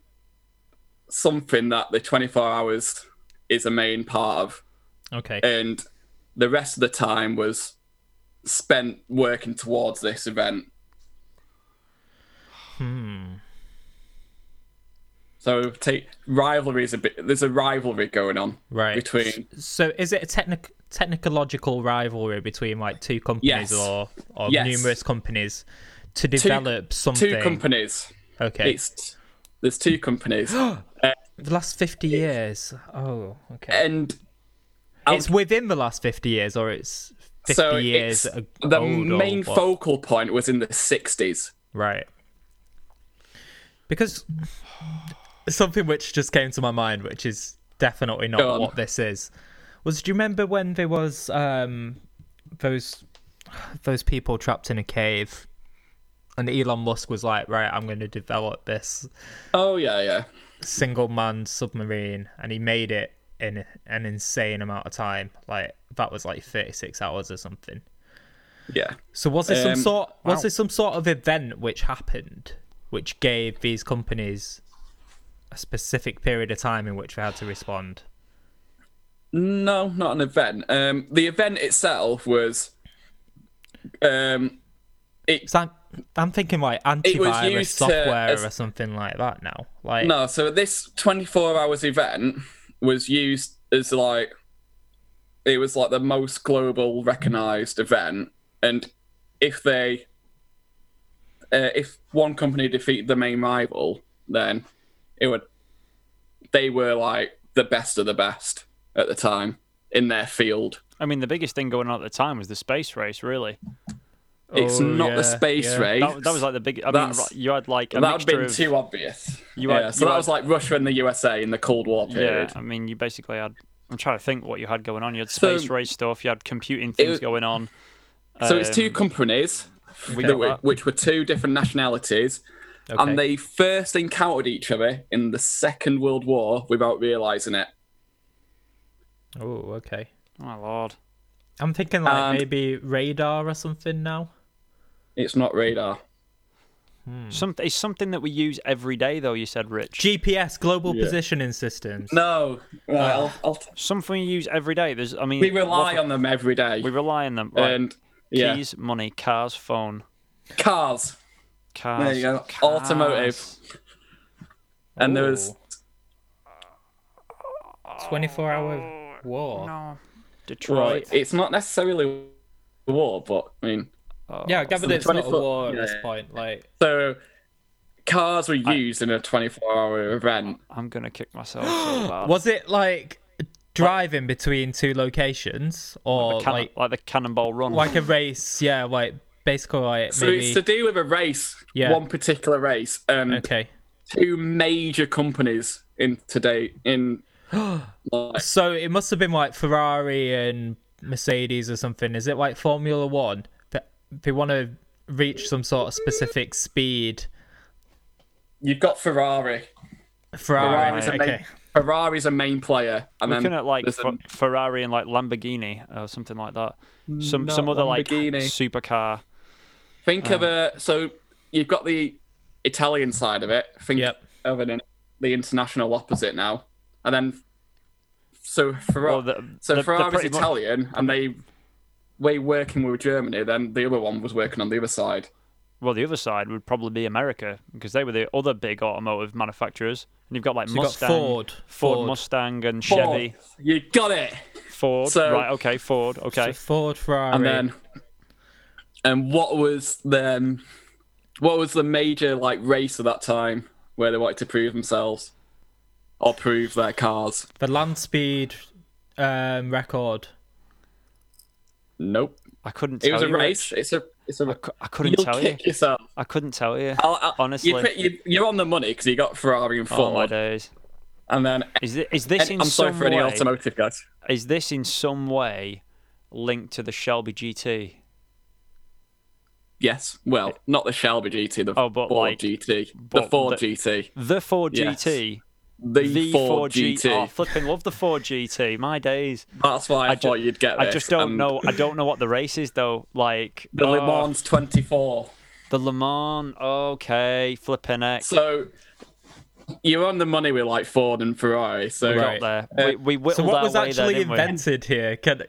Speaker 2: something that the 24 hours is a main part of,
Speaker 3: Okay.
Speaker 2: and the rest of the time was spent working towards this event.
Speaker 3: Hmm.
Speaker 2: So take rivalry is a bit. There's a rivalry going on
Speaker 3: Right.
Speaker 2: between.
Speaker 3: So is it a technic technological rivalry between like two companies
Speaker 2: Yes.
Speaker 3: or or
Speaker 2: Yes.
Speaker 3: numerous companies to develop something?
Speaker 2: Two companies.
Speaker 3: okay.
Speaker 2: It's there's two companies,
Speaker 3: the last 50 years. Oh, okay.
Speaker 2: and
Speaker 3: it's within the last 50 years or it's 50
Speaker 2: Uh, um, so
Speaker 3: years
Speaker 2: it's,
Speaker 3: ag-
Speaker 2: the
Speaker 3: old or
Speaker 2: main
Speaker 3: what?
Speaker 2: focal point was in the 60s.
Speaker 3: Right. Because something which just came to my mind, which is definitely
Speaker 2: Go
Speaker 3: not
Speaker 2: on.
Speaker 3: what this is, was do you remember when there was um those those people trapped in a cave and Elon Musk was like, Right, I'm gonna develop this
Speaker 2: Oh yeah, yeah.
Speaker 3: single man submarine and he made it in an insane amount of time. Like that was like thirty six hours or something.
Speaker 2: Yeah.
Speaker 3: So was there
Speaker 2: Um,
Speaker 3: some sort was
Speaker 1: wow.
Speaker 3: there some sort of event which happened which gave these companies a specific period of time in which they had to respond?
Speaker 2: No, not an event. Um, the event itself was, um, it
Speaker 3: 'Cause I'm, I'm thinking like antivirus
Speaker 2: used to-
Speaker 3: software
Speaker 2: as-
Speaker 3: or something like that now. Like
Speaker 2: no. So this 24 hours event was used as like, it was like the most global recognized event, and if they, uh, if one company defeated the main rival, then it would, they were like the best of the best at the time in their field.
Speaker 1: I mean, the biggest thing going on at the time was the space race, really.
Speaker 2: It's
Speaker 3: Oh,
Speaker 2: not
Speaker 3: yeah,
Speaker 2: the space
Speaker 3: yeah.
Speaker 2: race.
Speaker 1: That, that was like the big. I mean,
Speaker 2: That's-
Speaker 1: you had like a
Speaker 2: that would have
Speaker 1: mixture
Speaker 2: been
Speaker 1: of.
Speaker 2: too obvious.
Speaker 1: You
Speaker 2: yeah,
Speaker 1: had- you
Speaker 2: so that
Speaker 1: had-
Speaker 2: was like Russia and the USA in the Cold War
Speaker 1: yeah,
Speaker 2: period.
Speaker 1: I mean, you basically had. I'm trying to think what you had going on. You had
Speaker 2: So-
Speaker 1: space race stuff. You had computing things
Speaker 2: was-
Speaker 1: going on.
Speaker 2: so it's two
Speaker 1: Um,
Speaker 2: companies,
Speaker 1: we
Speaker 2: that
Speaker 1: got
Speaker 2: were-
Speaker 1: that.
Speaker 2: which were two different nationalities,
Speaker 3: Okay.
Speaker 2: and they first encountered each other in the Second World War without realizing it.
Speaker 3: Oh, okay.
Speaker 1: Oh lord.
Speaker 3: I'm thinking like
Speaker 2: And-
Speaker 3: maybe radar or something now.
Speaker 2: It's not radar.
Speaker 3: Hmm.
Speaker 1: Some, it's something that we use every day, though. You said, Rich.
Speaker 3: GPS, global
Speaker 2: Yeah.
Speaker 3: positioning systems.
Speaker 2: No, right, I'll, I'll t-
Speaker 1: something we use every day. There's, I mean,
Speaker 2: Ah. we rely
Speaker 1: what-
Speaker 2: on them every day.
Speaker 1: we rely on them. Right.
Speaker 2: And yeah,
Speaker 1: Keys, money, cars, phone,
Speaker 2: cars.
Speaker 1: cars.
Speaker 2: you go.
Speaker 1: cars.
Speaker 2: Automotive. And there was
Speaker 3: Ooh. 24 hour war.
Speaker 1: Oh, No.
Speaker 2: right.
Speaker 1: Detroit.
Speaker 2: It's not necessarily a war, but I mean,
Speaker 3: Yeah, I gathered
Speaker 2: the
Speaker 3: it's not a
Speaker 2: 24
Speaker 3: war at
Speaker 2: yeah.
Speaker 3: this point. Like
Speaker 2: So cars were used in a 24-hour event.
Speaker 1: I'm gonna kick myself. So
Speaker 2: Uh,
Speaker 1: bad.
Speaker 3: Was it like driving between two locations or
Speaker 1: The cannon-
Speaker 3: like
Speaker 1: like the cannonball run?
Speaker 3: like a race? Yeah, like basically like
Speaker 2: So
Speaker 3: maybe.
Speaker 2: it's to do with a race,
Speaker 3: Yeah.
Speaker 2: one particular race, and
Speaker 3: Okay,
Speaker 2: two major companies in today in. like,
Speaker 3: so it must have been like Ferrari and Mercedes or something. Is it like Formula One? That they want to reach some sort of specific speed.
Speaker 2: you've got Ferrari.
Speaker 3: Ferrari.
Speaker 2: Ferrari's, a main,
Speaker 3: okay.
Speaker 2: Ferrari's a main player, and
Speaker 1: Looking
Speaker 2: then
Speaker 1: at like
Speaker 2: Um, there's a-
Speaker 1: Fer- Ferrari and like Lamborghini or something like that. Some some
Speaker 2: Not
Speaker 1: other like
Speaker 2: Lamborghini.
Speaker 1: supercar.
Speaker 2: think of
Speaker 1: oh.
Speaker 2: a so you've got the Italian side of it. Think
Speaker 3: Yep.
Speaker 2: of an, the international opposite now, and then so Ferrari.
Speaker 1: Well, the-
Speaker 2: So
Speaker 1: the- the
Speaker 2: Ferrari's
Speaker 1: pretty much-
Speaker 2: Italian, and they were working with Germany. Then the other one was working on the other side.
Speaker 1: Well, the other side would probably be America because they were the other big automotive manufacturers. And you've got like
Speaker 3: you've got
Speaker 1: Mustang,
Speaker 3: Ford,
Speaker 1: Ford,
Speaker 3: Ford.
Speaker 1: Mustang, and
Speaker 2: Paul,
Speaker 1: Chevy.
Speaker 2: you got it.
Speaker 1: Ford.
Speaker 2: So-
Speaker 1: right. Okay. Ford.
Speaker 3: So
Speaker 1: Okay.
Speaker 3: Ford, Ferrari.
Speaker 2: and then and what was then what was the major like race of that time where they wanted to prove themselves or prove their cars
Speaker 3: the land speed um, record.
Speaker 2: nope
Speaker 1: I couldn't. Tell
Speaker 2: it was a
Speaker 1: you,
Speaker 2: race it's a it's a
Speaker 1: I, cou- I couldn't
Speaker 2: you'll
Speaker 1: tell you.
Speaker 2: kick yourself
Speaker 1: I couldn't tell you.
Speaker 2: I'll- I'll-
Speaker 1: Honestly.
Speaker 2: you're, pre- you- you're on the money because you got ferrari and
Speaker 1: oh my
Speaker 2: ford
Speaker 1: days.
Speaker 2: and then
Speaker 1: Is this, is this in
Speaker 2: i'm sorry
Speaker 1: some
Speaker 2: for any
Speaker 1: way?
Speaker 2: automotive guys
Speaker 1: Is this in some way linked to the Shelby GT?
Speaker 2: yes well not the shelby gt the
Speaker 1: Oh, but,
Speaker 2: ford
Speaker 1: like,
Speaker 2: gt the
Speaker 1: but
Speaker 2: ford
Speaker 1: the-
Speaker 2: gt
Speaker 1: The Ford
Speaker 2: Yes.
Speaker 1: GT.
Speaker 2: the,
Speaker 1: The
Speaker 2: ford,
Speaker 1: G-
Speaker 2: gt
Speaker 1: Oh, flipping love the Ford GT. My days.
Speaker 2: that's why i,
Speaker 1: ju-
Speaker 2: thought you'd get
Speaker 1: I
Speaker 2: this,
Speaker 1: just don't
Speaker 2: and
Speaker 1: know. I don't know what the race is though. Like
Speaker 2: Uh, um, the le
Speaker 1: oh,
Speaker 3: Ah.
Speaker 2: mans 24
Speaker 1: The Le Mans. Okay. Flipping X.
Speaker 2: So you're on the money with like Ford and Ferrari. So
Speaker 3: Right.
Speaker 1: There. we, we
Speaker 3: So
Speaker 1: whittled
Speaker 3: what
Speaker 1: our way
Speaker 3: was
Speaker 1: there,
Speaker 3: actually
Speaker 1: didn't we?
Speaker 3: invented here? Can,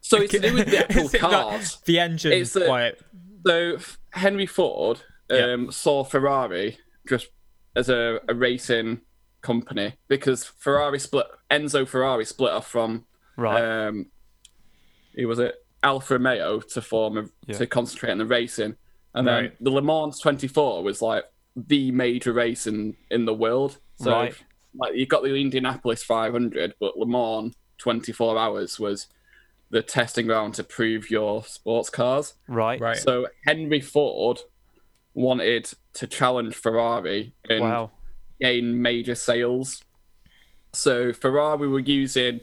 Speaker 2: so Uh, it's to do with the actual
Speaker 3: Is it not-
Speaker 2: cars.
Speaker 3: the engine.
Speaker 2: It's the-
Speaker 3: like-
Speaker 2: So F- Henry Ford um, saw Ferrari just as a, a racing company because Ferrari split. Enzo Ferrari split off from
Speaker 1: Right.
Speaker 2: um, he was it Alfa Romeo to form a, to concentrate on the racing, and then
Speaker 3: Right.
Speaker 2: the Le Mans 24 was like the major race in in the world. So
Speaker 1: Right.
Speaker 2: like you got the Indianapolis 500, but Le Mans 24 hours was the testing ground to prove your sports cars.
Speaker 1: right.
Speaker 3: right.
Speaker 2: So Henry Ford wanted to challenge Ferrari and
Speaker 1: Wow.
Speaker 2: gain major sales. So Ferrari were using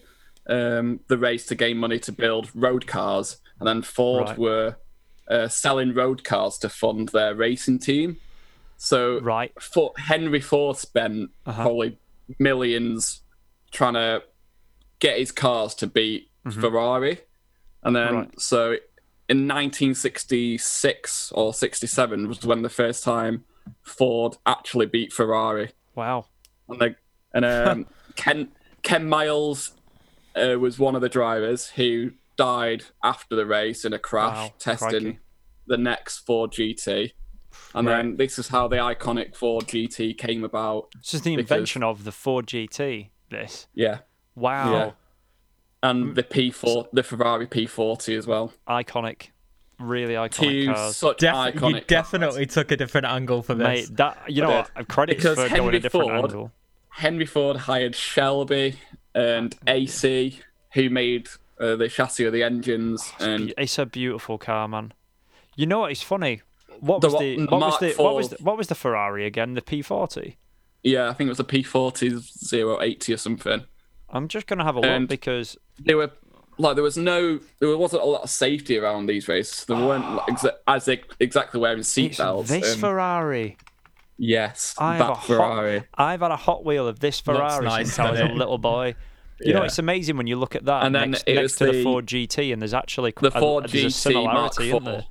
Speaker 2: um, the race to gain money to build road cars, and then Ford
Speaker 1: Right.
Speaker 2: were uh, selling road cars to fund their racing team. So
Speaker 1: Right. Uh-huh.
Speaker 2: Fo- Henry Ford spent probably millions trying to get his cars to beat Ferrari, and then
Speaker 1: Mm-hmm. Right.
Speaker 2: so in 1966 or 67 was when the first time Ford actually beat Ferrari
Speaker 1: Wow.
Speaker 2: and they, and um, Ken Ken Miles uh, was one of the drivers who died after the race in a crash
Speaker 1: Wow,
Speaker 2: testing
Speaker 1: crikey.
Speaker 2: the next Ford GT. And then this is how the iconic Ford GT came about.
Speaker 1: This is the
Speaker 2: Because-
Speaker 1: invention of the Ford GT. This.
Speaker 2: Yeah,
Speaker 1: Wow.
Speaker 2: Yeah. and the P4, the Ferrari P40 as well.
Speaker 1: Iconic. Really iconic
Speaker 2: Two
Speaker 1: cars.
Speaker 2: such
Speaker 3: Def-
Speaker 2: iconic.
Speaker 3: you definitely took a different angle for this.
Speaker 1: Mate, that you know
Speaker 2: But,
Speaker 1: what? Credits
Speaker 2: because
Speaker 1: for going
Speaker 2: Henry
Speaker 1: a different
Speaker 2: Ford-
Speaker 1: angle.
Speaker 2: Henry Ford hired Shelby and AC, who made uh, the chassis of the engines, and
Speaker 1: It's a beautiful car, man. You know what? It's funny. What
Speaker 2: The
Speaker 1: was
Speaker 2: what-
Speaker 1: the
Speaker 2: the
Speaker 1: what was
Speaker 2: Mark
Speaker 1: the what was the,
Speaker 2: Ford.
Speaker 1: what was the Ferrari again? The P40.
Speaker 2: yeah, I think it was a P40 080 or something.
Speaker 1: I'm just gonna have a
Speaker 2: And-
Speaker 1: look because
Speaker 2: they were like there was no there wasn't a lot of safety around these races. They weren't like, exa- as they, exactly wearing
Speaker 1: it's
Speaker 2: seatbelts.
Speaker 1: this
Speaker 2: and-
Speaker 1: Ferrari.
Speaker 2: yes,
Speaker 1: I have a
Speaker 2: that Ferrari.
Speaker 1: hot. I've had a Hot Wheel of this Ferrari
Speaker 3: nice,
Speaker 1: since I was a
Speaker 3: doesn't it?
Speaker 1: little boy. You know,
Speaker 2: Yeah.
Speaker 1: it's amazing when you look at that
Speaker 2: And then
Speaker 1: next,
Speaker 2: it
Speaker 1: next
Speaker 2: was
Speaker 1: to the
Speaker 2: the-
Speaker 1: Ford GT, and there's actually
Speaker 2: The
Speaker 1: a-
Speaker 2: Ford
Speaker 1: there's a
Speaker 2: GT Mark
Speaker 1: similarity in there.
Speaker 2: IV.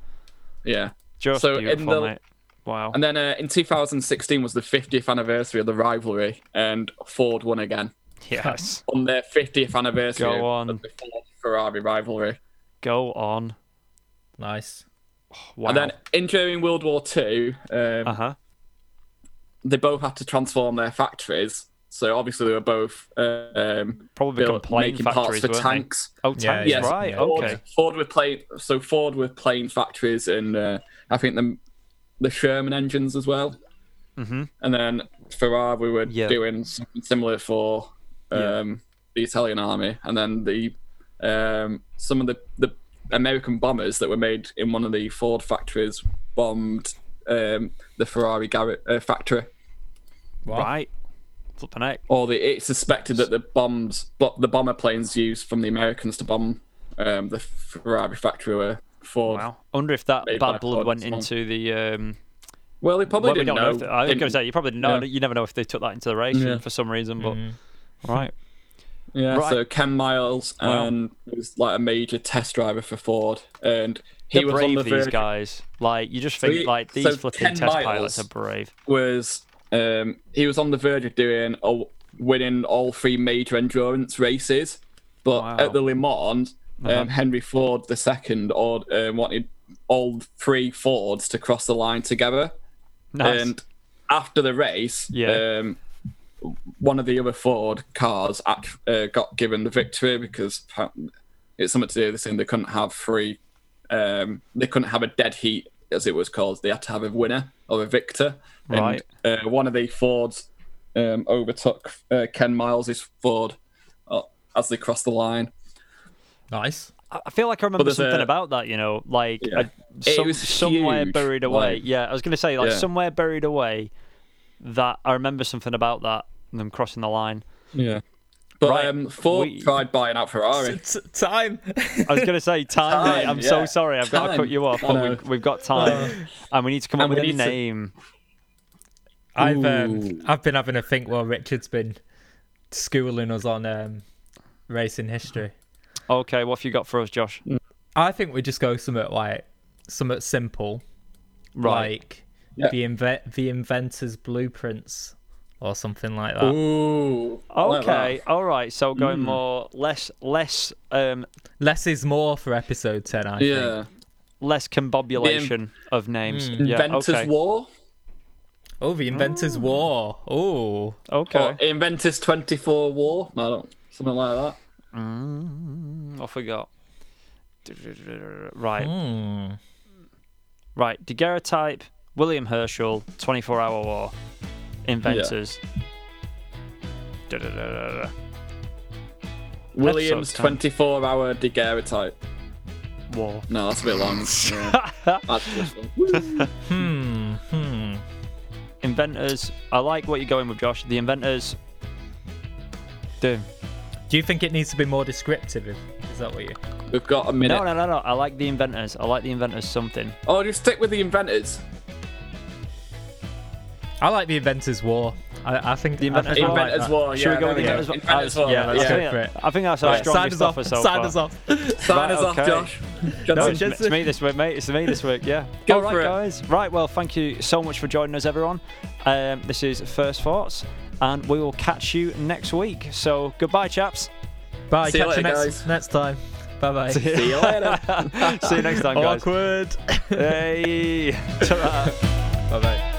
Speaker 2: Yeah,
Speaker 1: Just
Speaker 2: So in
Speaker 1: beautiful,
Speaker 2: the-
Speaker 1: mate. Wow.
Speaker 2: and then uh, in 2016 was the 50th anniversary of the rivalry, and Ford won again
Speaker 1: yes.
Speaker 2: on their 50th anniversary
Speaker 1: Go on.
Speaker 2: of the Ford Ferrari rivalry.
Speaker 1: Go on.
Speaker 3: nice.
Speaker 1: Wow.
Speaker 2: And then in during World War Two, um,
Speaker 1: uh huh.
Speaker 2: they both had to transform their factories. So obviously they were both uh, um,
Speaker 1: Probably become
Speaker 2: built,
Speaker 1: plane
Speaker 2: making parts
Speaker 1: factories,
Speaker 2: for
Speaker 1: weren't
Speaker 2: tanks.
Speaker 1: they? Oh, tanks.
Speaker 3: yeah.
Speaker 1: Right.
Speaker 3: Yeah.
Speaker 2: Ford,
Speaker 1: Okay.
Speaker 2: Ford with plane, so Ford with plane factories, and uh, I think the the Sherman engines as well. Mm-hmm. And then Ferrari were
Speaker 1: Yeah.
Speaker 2: doing something similar for um, the Italian army, and then the um, some of the the American bombers that were made in one of the Ford factories bombed um, the Ferrari gar- uh, factory.
Speaker 3: Wow.
Speaker 1: Right. Flipping heck.
Speaker 2: Or the, it's suspected that the bombs, bo- the bomber planes used from the Americans to bomb um, the Ferrari factory were Ford
Speaker 1: Wow. I wonder if that
Speaker 2: Made by
Speaker 1: bad blood
Speaker 2: Ford
Speaker 1: went
Speaker 2: as well.
Speaker 1: into the. Um,
Speaker 2: Well, they probably
Speaker 1: well, we don't
Speaker 2: didn't
Speaker 1: know.
Speaker 2: know.
Speaker 1: if they- I was
Speaker 2: didn't-
Speaker 1: going to say you probably know.
Speaker 2: Yeah.
Speaker 1: You never know if they took that into the race
Speaker 2: Yeah.
Speaker 1: for some reason, but right.
Speaker 2: yeah,
Speaker 1: right.
Speaker 2: so Ken Miles
Speaker 1: Wow.
Speaker 2: um, was like a major test driver for Ford, and he
Speaker 1: They're
Speaker 2: was
Speaker 1: brave
Speaker 2: on the
Speaker 1: these
Speaker 2: verge.
Speaker 1: guys. Like you just think
Speaker 2: he-
Speaker 1: like these
Speaker 2: so
Speaker 1: flipping
Speaker 2: 10
Speaker 1: test pilots
Speaker 2: miles.
Speaker 1: are brave.
Speaker 2: Was um, he was on the verge of doing or winning all three major endurance races, but
Speaker 1: Wow. Uh-huh.
Speaker 2: at the Le Mans, um, Henry Ford II or, um, wanted all three Fords to cross the line together.
Speaker 1: Nice.
Speaker 2: And after the race,
Speaker 1: Yeah.
Speaker 2: um, one of the other Ford cars act- uh, got given the victory because apparent- It's something to do with this thing. They couldn't have free. Um, they couldn't have a dead heat, as it was called. They had to have a winner or a victor.
Speaker 1: Right.
Speaker 2: And uh, one of the Fords um, overtook uh, Ken Miles's Ford uh, as they crossed the line.
Speaker 3: Nice.
Speaker 1: I I feel like I remember
Speaker 2: there's
Speaker 1: something
Speaker 2: a-
Speaker 1: about that, you know, like
Speaker 2: Yeah.
Speaker 1: a-
Speaker 2: It
Speaker 1: some-
Speaker 2: was
Speaker 1: somewhere
Speaker 2: huge,
Speaker 1: buried away.
Speaker 2: like-
Speaker 1: yeah, I was going to say like
Speaker 2: Yeah.
Speaker 1: somewhere buried away. That I remember something about that them crossing the line.
Speaker 2: Yeah. But
Speaker 1: Right,
Speaker 2: um, Ford
Speaker 1: we-
Speaker 2: tried buying out Ferrari.
Speaker 3: time.
Speaker 1: I was going to say time. mate,
Speaker 2: Time,
Speaker 1: I'm so
Speaker 2: yeah.
Speaker 1: sorry. I've got to
Speaker 2: Time.
Speaker 1: cut you off,
Speaker 2: I
Speaker 1: but
Speaker 2: know.
Speaker 1: we, we've got time, and we need to come up
Speaker 2: And
Speaker 1: with
Speaker 2: we
Speaker 1: a
Speaker 2: need to-
Speaker 1: name.
Speaker 3: I've um,
Speaker 2: Ooh.
Speaker 3: I've been having a think while Richard's been schooling us on um, racing history.
Speaker 1: Okay, what have you got for us, Josh?
Speaker 3: I think we just go somewhat like somewhat simple,
Speaker 1: Right.
Speaker 3: like
Speaker 2: Yeah.
Speaker 3: the inve- the inventor's blueprints or something like that.
Speaker 2: Ooh. I like that. Hmm.
Speaker 1: okay. All right. So going more less less um
Speaker 3: Less is more for episode ten. I think.
Speaker 2: Yeah.
Speaker 1: less combobulation of names. Yeah,
Speaker 2: hmm. Inventors
Speaker 1: okay.
Speaker 2: War
Speaker 3: Oh, the inventor's war. Oh,
Speaker 1: Okay.
Speaker 2: or Inventors 24 War? I don't something like that.
Speaker 1: Off we go. Right.
Speaker 2: Hmm?
Speaker 3: Hmm.
Speaker 1: Right. Daguerreotype, William Herschel, 24 hour war, inventors. Da-da-da-da-da.
Speaker 2: Williams
Speaker 1: ten.
Speaker 2: 24 hour daguerreotype.
Speaker 1: War.
Speaker 2: No, that's a bit long. Yeah. That's just one.
Speaker 3: Hmm.
Speaker 1: Inventors. I like what you're going with, Josh. The inventors. Do.
Speaker 3: do you think it needs to be more descriptive? Is that what you?
Speaker 2: We've got a minute.
Speaker 1: No, no, no, no. I like the inventors. I like the inventors something.
Speaker 2: Oh, just stick with the inventors.
Speaker 3: I like the inventor's war. I, I think
Speaker 1: The
Speaker 3: I
Speaker 1: Inventor's
Speaker 3: think I
Speaker 1: War.
Speaker 3: like
Speaker 2: Inventors
Speaker 3: that.
Speaker 2: War.
Speaker 1: Should
Speaker 2: Oh, yeah,
Speaker 1: we go with the
Speaker 2: there
Speaker 1: inventors?
Speaker 2: go. Inventors War.
Speaker 1: Yeah, let's
Speaker 2: yeah.
Speaker 1: do
Speaker 3: go for it.
Speaker 1: I think that's our
Speaker 3: Right, sign
Speaker 1: strongest
Speaker 3: us off.
Speaker 1: offer so
Speaker 3: sign
Speaker 1: far.
Speaker 3: us off.
Speaker 1: Right,
Speaker 2: Sign us off,
Speaker 1: okay.
Speaker 2: Josh.
Speaker 1: No,
Speaker 2: Johnson.
Speaker 1: it's, me- it's
Speaker 3: Jensen.
Speaker 1: me this week, mate. It's me this week. Yeah.
Speaker 2: Go
Speaker 1: All right,
Speaker 2: for it.
Speaker 1: guys. Right. Well, thank you so much for joining us, everyone. Um, this is First Thoughts, and we will catch you next week. So goodbye, chaps.
Speaker 3: Bye.
Speaker 2: See you
Speaker 3: catch
Speaker 2: later,
Speaker 3: you next
Speaker 2: guys.
Speaker 3: next time. Bye bye.
Speaker 2: See you later.
Speaker 1: See you next time, guys.
Speaker 3: Awkward.
Speaker 1: Hey. Ta-ra.
Speaker 3: bye bye.